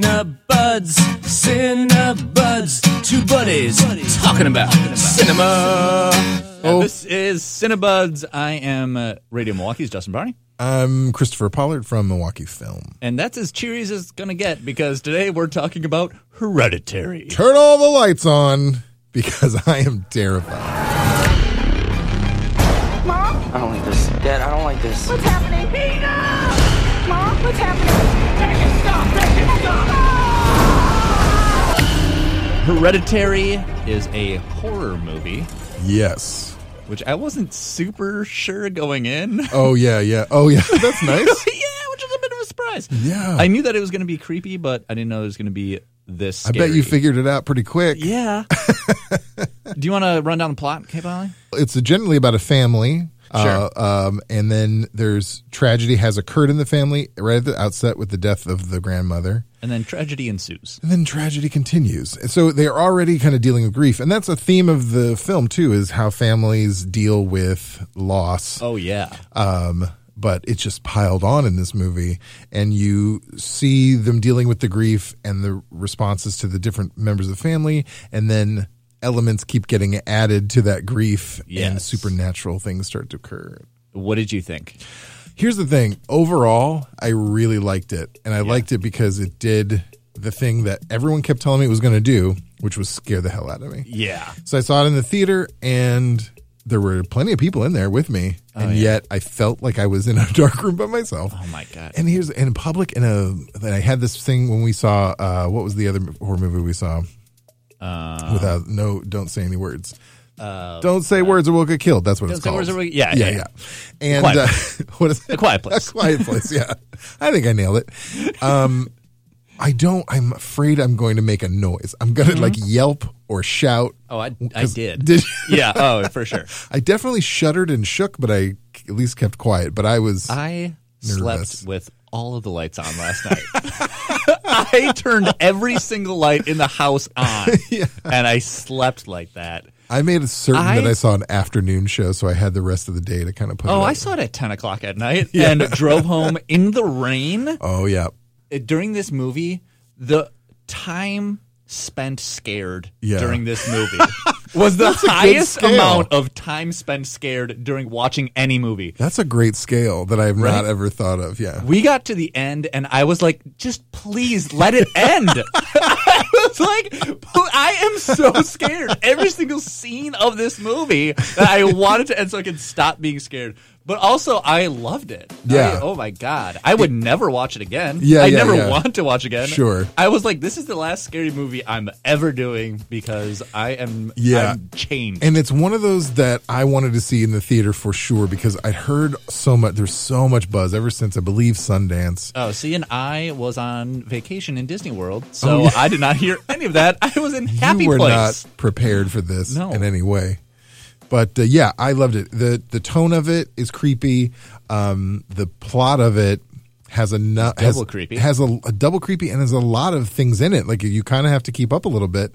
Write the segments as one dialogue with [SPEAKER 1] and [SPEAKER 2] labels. [SPEAKER 1] Cinebuds, Cinebuds, two buddies talking about cinema.
[SPEAKER 2] Oh.
[SPEAKER 3] And This is Cinebuds. I am uh, Radio Milwaukee's Justin Barney.
[SPEAKER 2] I'm Christopher Pollard from Milwaukee Film.
[SPEAKER 3] And that's as cheery as it's going to get because today we're talking about Hereditary.
[SPEAKER 2] Turn all the lights on because I am terrified.
[SPEAKER 4] Mom,
[SPEAKER 5] I don't like this. Dad, I don't like this.
[SPEAKER 4] what's happening? Enough! Mom, what's happening? Make it stop! Make it stop!
[SPEAKER 3] Hereditary is a horror movie,
[SPEAKER 2] Yes.
[SPEAKER 3] which I wasn't super sure going in. yeah,
[SPEAKER 2] Oh yeah, yeah. Oh yeah. That's nice.
[SPEAKER 3] which is a bit of a surprise.
[SPEAKER 2] Yeah.
[SPEAKER 3] I knew that it was going to be creepy, but I didn't know it was going to be this
[SPEAKER 2] I
[SPEAKER 3] scary.
[SPEAKER 2] bet you figured it out pretty quick.
[SPEAKER 3] Yeah. Do you want to run down the plot, K. Polly?
[SPEAKER 2] It's generally about a family.
[SPEAKER 3] Sure.
[SPEAKER 2] Uh, um, and then there's tragedy has occurred in the family right at the outset with the death of the grandmother.
[SPEAKER 3] And then tragedy ensues.
[SPEAKER 2] And then tragedy continues. And So they're already kind of dealing with grief. And that's a theme of the film, too, is how families deal with loss.
[SPEAKER 3] Oh, yeah.
[SPEAKER 2] um, but it's just piled on in this movie, and you see them dealing with the grief and the responses to the different members of the family, and then elements keep getting added to that grief, and
[SPEAKER 3] Yes.
[SPEAKER 2] supernatural things start to occur.
[SPEAKER 3] What did you think?
[SPEAKER 2] Here's the thing overall, I really liked it, and I liked it because it did the thing that everyone kept telling me it was going to do, which was scare the hell out of me.
[SPEAKER 3] Yeah.
[SPEAKER 2] So I saw it in the theater, and there were plenty of people in there with me, and yet I felt like I was in a dark room by myself.
[SPEAKER 3] Oh, my God.
[SPEAKER 2] And here's in public, and a and I had this thing when we saw uh, what was the other horror movie we saw
[SPEAKER 3] Uh,
[SPEAKER 2] without no, don't say any words. don't say words or we'll get killed. That's what it's
[SPEAKER 3] Don't Say
[SPEAKER 2] called.
[SPEAKER 3] Words or We'll Get- yeah,
[SPEAKER 2] yeah,
[SPEAKER 3] yeah,
[SPEAKER 2] yeah. And
[SPEAKER 3] Quiet
[SPEAKER 2] uh, what is it?
[SPEAKER 3] A Quiet Place.
[SPEAKER 2] A quiet place. Yeah, I think I nailed it. Um, I don't. I'm afraid I'm going to make a noise. I'm gonna
[SPEAKER 3] Mm-hmm.
[SPEAKER 2] like yelp or shout.
[SPEAKER 3] oh, I, I
[SPEAKER 2] 'Cause-
[SPEAKER 3] did.
[SPEAKER 2] Did you?
[SPEAKER 3] yeah. Oh, for sure.
[SPEAKER 2] I definitely shuddered and shook, but I at least kept quiet. But I was
[SPEAKER 3] I
[SPEAKER 2] Nervous.
[SPEAKER 3] slept with all of the lights on last night. I turned every single light in the house on, and I slept like that.
[SPEAKER 2] I made it certain that
[SPEAKER 3] I-
[SPEAKER 2] I saw an afternoon show, so I had the rest of the day to kind of put.
[SPEAKER 3] Oh,
[SPEAKER 2] it
[SPEAKER 3] I
[SPEAKER 2] up.
[SPEAKER 3] saw it at ten o'clock at night and drove home in the rain.
[SPEAKER 2] Oh yeah,
[SPEAKER 3] Uh, During this movie, the time spent scared
[SPEAKER 2] Yeah.
[SPEAKER 3] during this movie was the highest
[SPEAKER 2] scale.
[SPEAKER 3] amount of time spent scared during watching any movie.
[SPEAKER 2] that's a great scale that I have not
[SPEAKER 3] Right?
[SPEAKER 2] ever thought of. Yeah,
[SPEAKER 3] We got to the end, and I was like, just please let it end. I was like, pl- I am so scared. Every single scene of this movie that I wanted to end so I could stop being scared. But also, I loved it. I-
[SPEAKER 2] Yeah.
[SPEAKER 3] oh my God. I would never watch it again.
[SPEAKER 2] Yeah,
[SPEAKER 3] I
[SPEAKER 2] yeah,
[SPEAKER 3] never
[SPEAKER 2] yeah.
[SPEAKER 3] want to watch again.
[SPEAKER 2] Sure.
[SPEAKER 3] I was like, this is the last scary movie I'm ever doing because I am
[SPEAKER 2] Yeah.
[SPEAKER 3] I'm changed.
[SPEAKER 2] and it's one of those that I wanted to see in the theater for sure because I heard so much. There's so much buzz ever since I believe Sundance.
[SPEAKER 3] Oh, see, and I was on vacation in Disney World, so I did not hear any of that. I was in Happy
[SPEAKER 2] Oh, you were
[SPEAKER 3] Place.
[SPEAKER 2] not prepared for this
[SPEAKER 3] No.
[SPEAKER 2] in any way. But uh, yeah, I loved it. the The tone of it is creepy. Um, the plot of it has a nu- has,
[SPEAKER 3] creepy.
[SPEAKER 2] has a, a double creepy, and there's a lot of things in it. Like you kind of have to keep up a little bit,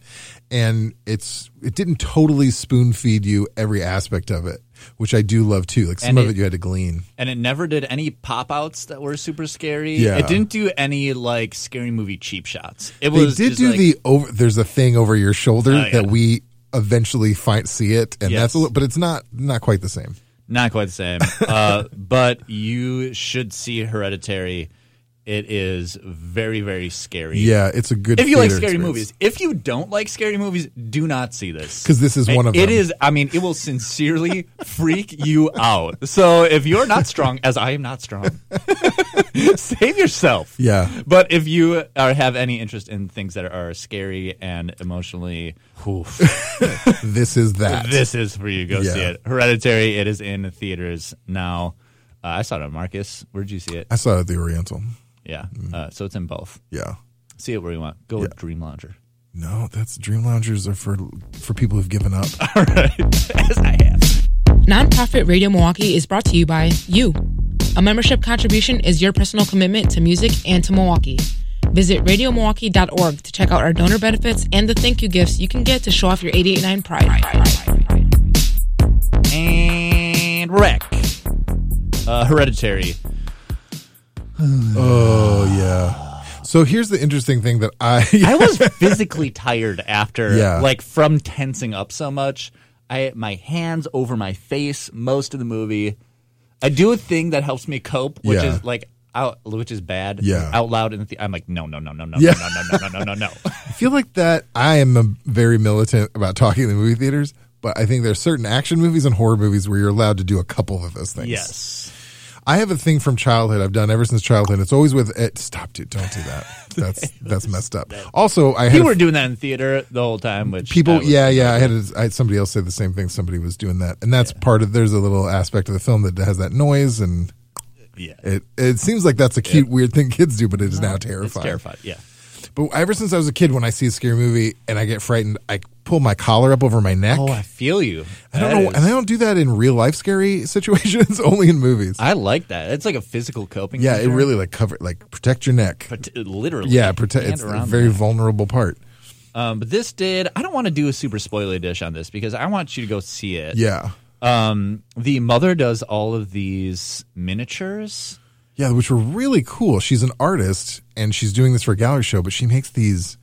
[SPEAKER 2] and it's it didn't totally spoon feed you every aspect of it, which I do love too. Like some
[SPEAKER 3] And
[SPEAKER 2] of
[SPEAKER 3] it-
[SPEAKER 2] it you had to glean.
[SPEAKER 3] and it never did any pop outs that were super scary.
[SPEAKER 2] Yeah.
[SPEAKER 3] It didn't do any like scary movie cheap shots. It
[SPEAKER 2] They
[SPEAKER 3] was
[SPEAKER 2] did
[SPEAKER 3] just
[SPEAKER 2] do
[SPEAKER 3] like-
[SPEAKER 2] the over. There's a thing over your shoulder
[SPEAKER 3] Oh, yeah.
[SPEAKER 2] that we eventually find see it, and
[SPEAKER 3] Yes.
[SPEAKER 2] that's a little, but it's not not quite the same.
[SPEAKER 3] not quite the same. uh, but you should see Hereditary. It is very very scary.
[SPEAKER 2] Yeah, it's a good.
[SPEAKER 3] If you like
[SPEAKER 2] theater
[SPEAKER 3] scary
[SPEAKER 2] experience.
[SPEAKER 3] movies, if you don't like scary movies, do not see this
[SPEAKER 2] 'Cause this is
[SPEAKER 3] I-
[SPEAKER 2] one of
[SPEAKER 3] It
[SPEAKER 2] them.
[SPEAKER 3] is. I mean, it will sincerely freak you out. So if you're not strong, as I am not strong, save yourself.
[SPEAKER 2] Yeah.
[SPEAKER 3] But if you are, have any interest in things that are scary and emotionally, oof,
[SPEAKER 2] this is that.
[SPEAKER 3] this is for you. Go see
[SPEAKER 2] Yeah.
[SPEAKER 3] it. Hereditary. It is in theaters now. Uh, I saw it, at Marcus. Where did you see it?
[SPEAKER 2] I Mm. saw it at the Oriental.
[SPEAKER 3] Yeah. Uh, so it's in both.
[SPEAKER 2] Yeah.
[SPEAKER 3] See it where you want. Go with Dream Launcher.
[SPEAKER 2] No, that's Dream Loungers are for for people who've given up.
[SPEAKER 3] As I have.
[SPEAKER 6] Nonprofit Radio Milwaukee is brought to you by you. A membership contribution is your personal commitment to music and to Milwaukee. Visit radiomilwaukee.org to check out our donor benefits and the thank you gifts you can get to show off your 889 pride.
[SPEAKER 3] and wreck. Uh, hereditary.
[SPEAKER 2] oh yeah. So here's the interesting thing that I
[SPEAKER 3] I was physically tired after,
[SPEAKER 2] Yeah.
[SPEAKER 3] like from tensing up so much. I my hands over my face most of the movie. I do a thing that helps me cope, which
[SPEAKER 2] Yeah.
[SPEAKER 3] is like out, which is bad.
[SPEAKER 2] Yeah.
[SPEAKER 3] out loud in the. I'm like, no, no, no, no, no,
[SPEAKER 2] Yeah.
[SPEAKER 3] no, no, no, no, no, no, no.
[SPEAKER 2] I feel like that I am a very militant about talking to movie theaters, but I think there's certain action movies and horror movies where you're allowed to do a couple of those things.
[SPEAKER 3] yes.
[SPEAKER 2] I have a thing from childhood I've done ever since childhood. It's always with it. Stop, dude! Don't do that. That's that's messed up. Also, I had
[SPEAKER 3] People
[SPEAKER 2] a-
[SPEAKER 3] were doing that in theater the whole time, which
[SPEAKER 2] people.
[SPEAKER 3] I was-
[SPEAKER 2] yeah, yeah. I had, a, I had somebody else say the same thing. Somebody was doing that, and that's part of. There's a little aspect of the film that has that noise, and
[SPEAKER 3] yeah.
[SPEAKER 2] it it seems like that's a cute, weird thing kids do, but it is now
[SPEAKER 3] It's terrified. Yeah,
[SPEAKER 2] But ever since I was a kid, when I see a scary movie and I get frightened, I pull my collar up over my neck.
[SPEAKER 3] Oh, I feel you.
[SPEAKER 2] I don't
[SPEAKER 3] That
[SPEAKER 2] know,
[SPEAKER 3] is-
[SPEAKER 2] and I don't do that in real life scary situations, only in movies.
[SPEAKER 3] I like that. It's like a physical coping.
[SPEAKER 2] yeah, it
[SPEAKER 3] measure,
[SPEAKER 2] really like cover, like protect your neck.
[SPEAKER 3] but literally.
[SPEAKER 2] yeah, protect.
[SPEAKER 3] hand
[SPEAKER 2] It's a
[SPEAKER 3] around
[SPEAKER 2] very
[SPEAKER 3] that.
[SPEAKER 2] vulnerable part.
[SPEAKER 3] Um, but this did. I don't want to do a super spoiler dish on this because I want you to go see it.
[SPEAKER 2] Yeah,
[SPEAKER 3] Um, the mother does all of these miniatures.
[SPEAKER 2] yeah, which were really cool. She's an artist and she's doing this for a gallery show, but she makes these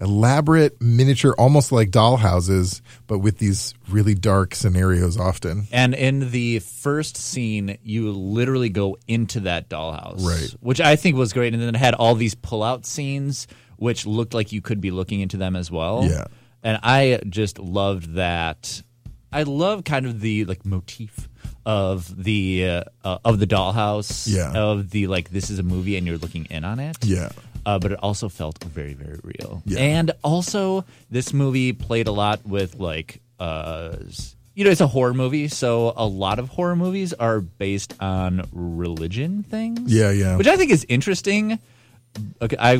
[SPEAKER 2] elaborate miniature, almost like dollhouses, but with these really dark scenarios often.
[SPEAKER 3] And in the first scene, you literally go into that dollhouse,
[SPEAKER 2] Right.
[SPEAKER 3] Which I think was great. And then it had all these pull-out scenes, which looked like you could be looking into them as well.
[SPEAKER 2] Yeah.
[SPEAKER 3] And I just loved that. I love kind of the like motif of the uh, uh, of the dollhouse.
[SPEAKER 2] Yeah.
[SPEAKER 3] Of the like, this is a movie, and you're looking in on it.
[SPEAKER 2] Yeah.
[SPEAKER 3] Uh, but it also felt very, very real.
[SPEAKER 2] Yeah.
[SPEAKER 3] And also, this movie played a lot with like, uh, s- you know, it's a horror movie, so a lot of horror movies are based on religion things.
[SPEAKER 2] Yeah, yeah.
[SPEAKER 3] Which I think is interesting. Okay, I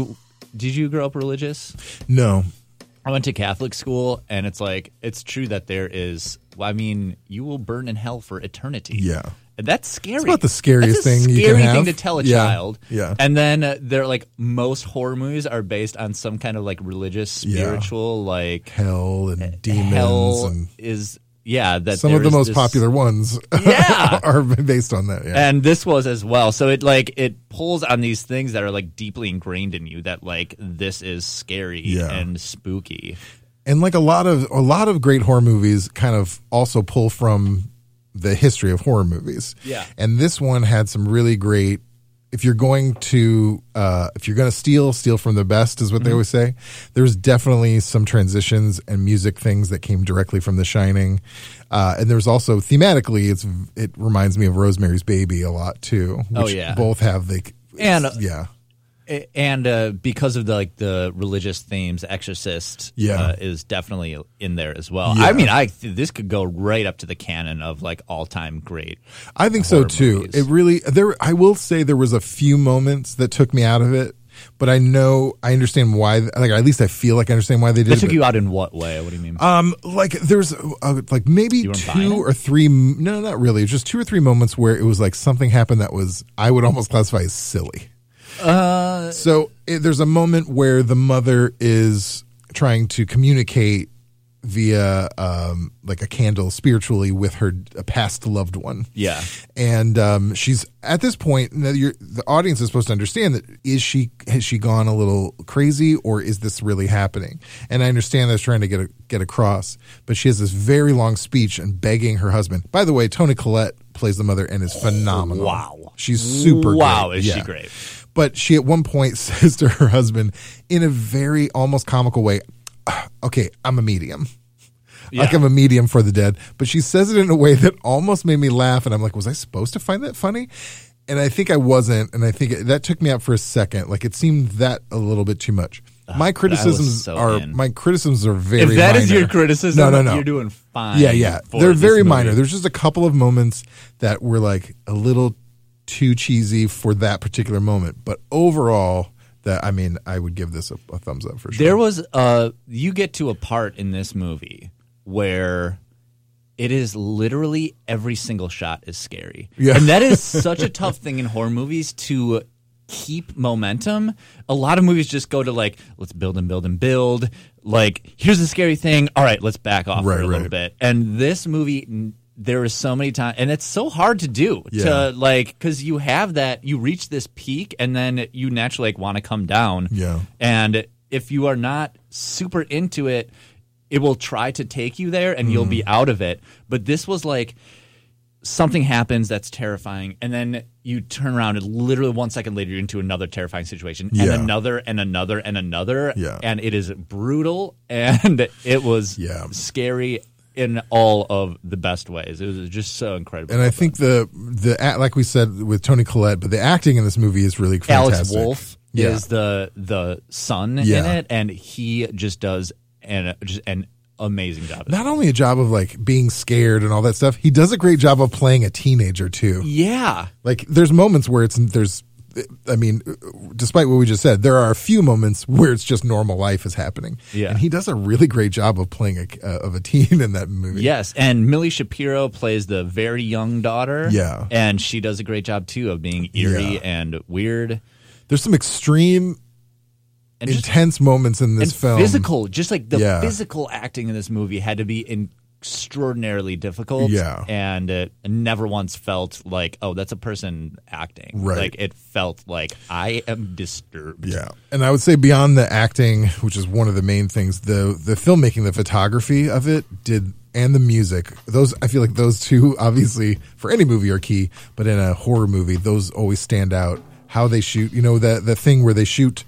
[SPEAKER 3] did you grow up religious?
[SPEAKER 2] No,
[SPEAKER 3] I went to Catholic school, and it's like it's true that there is. Well, I mean, you will burn in hell for eternity.
[SPEAKER 2] Yeah.
[SPEAKER 3] and that's scary. It's
[SPEAKER 2] about the scariest
[SPEAKER 3] that's a
[SPEAKER 2] thing
[SPEAKER 3] Scary
[SPEAKER 2] you can have.
[SPEAKER 3] thing to tell a
[SPEAKER 2] Yeah,
[SPEAKER 3] child.
[SPEAKER 2] yeah.
[SPEAKER 3] and then uh, they're like most horror movies are based on some kind of like religious,
[SPEAKER 2] Yeah.
[SPEAKER 3] spiritual, like
[SPEAKER 2] hell and demons
[SPEAKER 3] Eh, hell
[SPEAKER 2] and
[SPEAKER 3] is. Yeah, that
[SPEAKER 2] some of the
[SPEAKER 3] there's
[SPEAKER 2] most
[SPEAKER 3] this-
[SPEAKER 2] popular ones
[SPEAKER 3] Yeah.
[SPEAKER 2] are based on that. Yeah.
[SPEAKER 3] and this was as well so it like it pulls on these things that are like deeply ingrained in you that like this is scary
[SPEAKER 2] Yeah.
[SPEAKER 3] and spooky
[SPEAKER 2] and like a lot of a lot of great horror movies kind of also pull from the history of horror movies
[SPEAKER 3] Yeah.
[SPEAKER 2] and this one had some really great if you're going to uh, if you're going to steal steal from the best is what
[SPEAKER 3] Mm-hmm.
[SPEAKER 2] they always say there's definitely some transitions and music things that came directly from the shining uh, and there's also thematically it's it reminds me of rosemary's baby a lot too which
[SPEAKER 3] Oh, yeah.
[SPEAKER 2] both have the
[SPEAKER 3] And-
[SPEAKER 2] yeah
[SPEAKER 3] A- and uh, because of the, like the religious themes, Exorcist
[SPEAKER 2] Yeah.
[SPEAKER 3] uh, is definitely in there as well.
[SPEAKER 2] Yeah.
[SPEAKER 3] I mean, I this could go right up to the canon of like all time great.
[SPEAKER 2] I think so
[SPEAKER 3] horror
[SPEAKER 2] too.
[SPEAKER 3] movies.
[SPEAKER 2] It really there. I will say there was a few moments that took me out of it, but I know I understand why. Like at least I feel like I understand why they did.
[SPEAKER 3] That
[SPEAKER 2] it,
[SPEAKER 3] took
[SPEAKER 2] but-
[SPEAKER 3] you out in what way? What do you mean?
[SPEAKER 2] um, like there's uh, like maybe
[SPEAKER 3] weren't buying
[SPEAKER 2] two
[SPEAKER 3] it?
[SPEAKER 2] or three. No, not really. Just two or three moments where it was like something happened that was I would almost classify as silly. Uh, so it, there's a moment where the mother is trying to communicate via um like a candle spiritually with her a past loved one.
[SPEAKER 3] Yeah.
[SPEAKER 2] And um she's at this point now you're, the audience is supposed to understand that is she has she gone a little crazy or is this really happening? And I understand that's trying to get a, get across, but she has this very long speech and begging her husband. By the way, Tony Collette plays the mother and is phenomenal.
[SPEAKER 3] wow.
[SPEAKER 2] She's super
[SPEAKER 3] Wow,
[SPEAKER 2] great.
[SPEAKER 3] is she
[SPEAKER 2] Yeah.
[SPEAKER 3] great.
[SPEAKER 2] But she at one point says to her husband in a very almost comical way, "Ah, "Okay, I'm a medium." Like
[SPEAKER 3] Yeah.
[SPEAKER 2] I'm a medium for the dead, but she says it in a way that almost made me laugh, and I'm like, was I supposed to find that funny? And I think I wasn't, and I think it, that took me out for a second. Like it seemed that a little bit too much. my criticisms
[SPEAKER 3] so
[SPEAKER 2] are
[SPEAKER 3] in.
[SPEAKER 2] my criticisms are very.
[SPEAKER 3] if that is
[SPEAKER 2] minor.
[SPEAKER 3] your criticism,
[SPEAKER 2] no, no, no,
[SPEAKER 3] you're doing fine.
[SPEAKER 2] yeah, yeah.
[SPEAKER 3] for
[SPEAKER 2] They're
[SPEAKER 3] this
[SPEAKER 2] very
[SPEAKER 3] movie.
[SPEAKER 2] minor. There's just a couple of moments that were like a little too cheesy for that particular moment. But overall, that I mean, I would give this a, a thumbs up for sure.
[SPEAKER 3] There was uh you get to a part in this movie where it is literally every single shot is scary.
[SPEAKER 2] Yeah.
[SPEAKER 3] And that is such a tough thing in horror movies to keep momentum. A lot of movies just go to like, let's build and build and build. Like, here's the scary thing. All right, let's back off for
[SPEAKER 2] Right,
[SPEAKER 3] a little
[SPEAKER 2] right.
[SPEAKER 3] bit. And this movie n- there is so many times, and it's so hard to do
[SPEAKER 2] Yeah.
[SPEAKER 3] to like because you have that you reach this peak and then you naturally like want to come down.
[SPEAKER 2] Yeah.
[SPEAKER 3] and if you are not super into it, it will try to take you there and you'll be
[SPEAKER 2] Mm-hmm.
[SPEAKER 3] out of it. But this was like something happens that's terrifying, and then you turn around and literally one second later you're into another terrifying situation, and
[SPEAKER 2] Yeah.
[SPEAKER 3] another, and another, and another.
[SPEAKER 2] Yeah.
[SPEAKER 3] and it is brutal, and it was
[SPEAKER 2] Yeah.
[SPEAKER 3] scary in all of the best ways. It was just so incredible.
[SPEAKER 2] And I think the the act- like we said with Tony Collette, but the acting in this movie is really
[SPEAKER 3] Alex
[SPEAKER 2] fantastic.
[SPEAKER 3] Wolf
[SPEAKER 2] yeah.
[SPEAKER 3] is the the son
[SPEAKER 2] Yeah.
[SPEAKER 3] in it, and he just does an just an amazing job. of it.
[SPEAKER 2] not only a job of like being scared and all that stuff, he does a great job of playing a teenager too.
[SPEAKER 3] yeah,
[SPEAKER 2] Like there's moments where it's there's I mean, despite what we just said, there are a few moments where it's just normal life is happening.
[SPEAKER 3] Yeah.
[SPEAKER 2] And he does a really great job of playing a, uh, of a teen in that movie.
[SPEAKER 3] yes. And Millie Shapiro plays the very young daughter.
[SPEAKER 2] Yeah.
[SPEAKER 3] and she does a great job too of being eerie
[SPEAKER 2] Yeah.
[SPEAKER 3] and weird
[SPEAKER 2] There's some extreme
[SPEAKER 3] and just
[SPEAKER 2] intense moments in this
[SPEAKER 3] and
[SPEAKER 2] film.
[SPEAKER 3] physical. Just like the
[SPEAKER 2] Yeah.
[SPEAKER 3] physical acting in this movie had to be in extraordinarily difficult
[SPEAKER 2] Yeah.
[SPEAKER 3] and it never once felt like oh that's a person acting
[SPEAKER 2] Right.
[SPEAKER 3] like it felt like i am disturbed
[SPEAKER 2] Yeah, and I would say beyond the acting, which is one of the main things, the the filmmaking, the photography of it did, and the music. Those I feel like those two, obviously, for any movie are key, but in a horror movie, those always stand out. How they shoot, you know, the the thing where they shoot,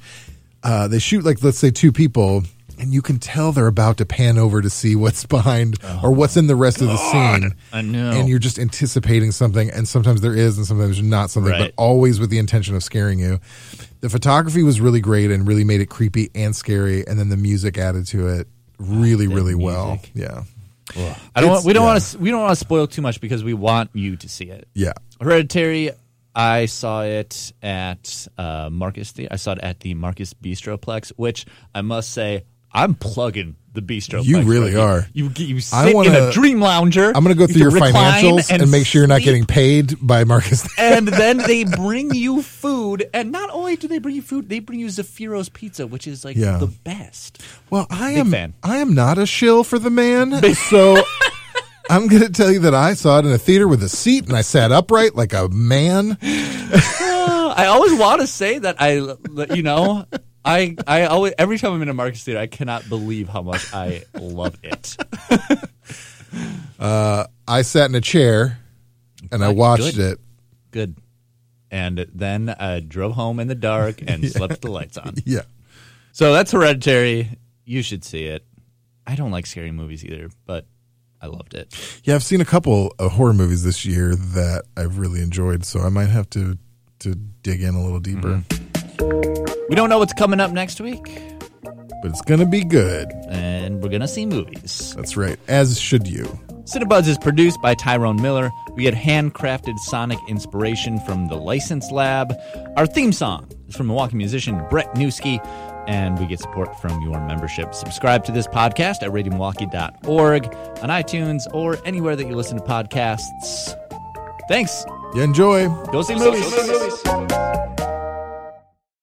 [SPEAKER 2] uh, they shoot like let's say two people. And you can tell they're about to pan over to see what's behind or what's in the rest of the scene.
[SPEAKER 3] Oh I know.
[SPEAKER 2] And you're just anticipating something, and sometimes there is, and sometimes there's not something,
[SPEAKER 3] Right.
[SPEAKER 2] but always with the intention of scaring you. The photography was really great and really made it creepy and scary, and then the music added to it really, really well. Yeah,
[SPEAKER 3] I don't.
[SPEAKER 2] It's-
[SPEAKER 3] Want, we don't
[SPEAKER 2] yeah.
[SPEAKER 3] want to. We don't want to spoil too much because we want you to see it.
[SPEAKER 2] yeah,
[SPEAKER 3] Hereditary. I saw it at uh, Marcus. The I saw it at the Marcus Bistroplex, which I must say I'm plugging the Bistroplex.
[SPEAKER 2] You really
[SPEAKER 3] here.
[SPEAKER 2] are.
[SPEAKER 3] You you, sit
[SPEAKER 2] I wanna-
[SPEAKER 3] in a dream lounger.
[SPEAKER 2] I'm gonna go
[SPEAKER 3] you
[SPEAKER 2] through your
[SPEAKER 3] recline
[SPEAKER 2] financials and, make sure you're not
[SPEAKER 3] sleep.
[SPEAKER 2] getting paid by Marcus.
[SPEAKER 3] and then they bring you food, and not only do they bring you food, they bring you Zefiro's pizza, which is like
[SPEAKER 2] Yeah.
[SPEAKER 3] the best.
[SPEAKER 2] Well, I
[SPEAKER 3] Big
[SPEAKER 2] am.
[SPEAKER 3] fan.
[SPEAKER 2] I am not a shill for the man, so I'm going to tell you that I saw it in a theater with a seat, and I sat upright like a man.
[SPEAKER 3] I always want to say that I, you know, I, I always every time I'm in a Marcus Theater, I cannot believe how much I love it.
[SPEAKER 2] I sat in a chair, and I watched
[SPEAKER 3] good.
[SPEAKER 2] it.
[SPEAKER 3] Good. And then I drove home in the dark and slept the lights on.
[SPEAKER 2] Yeah,
[SPEAKER 3] So that's Hereditary. You should see it. I don't like scary movies either, but I loved it.
[SPEAKER 2] yeah. I've seen a couple of horror movies this year that I've really enjoyed, so I might have to to dig in a little deeper.
[SPEAKER 3] We don't know what's coming up next week,
[SPEAKER 2] But it's gonna be good.
[SPEAKER 3] and we're gonna see movies.
[SPEAKER 2] That's right. As should you.
[SPEAKER 3] Cinebuds is produced by Tyrone Miller. We had handcrafted sonic inspiration from the License Lab. Our theme song is from Milwaukee musician Brett Newski, and we get support from your membership. Subscribe to this podcast at RadioMilwaukee.org, on iTunes, or anywhere that you listen to podcasts. Thanks.
[SPEAKER 2] Yeah, enjoy.
[SPEAKER 3] Go see movies.